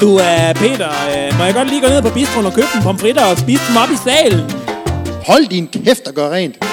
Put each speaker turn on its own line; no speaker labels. Du er øh, Peter. Øh, må jeg godt lige gå ned på bistroen og købe en pomfritter og spise dem op i salen?
Hold din kæft og gør rent.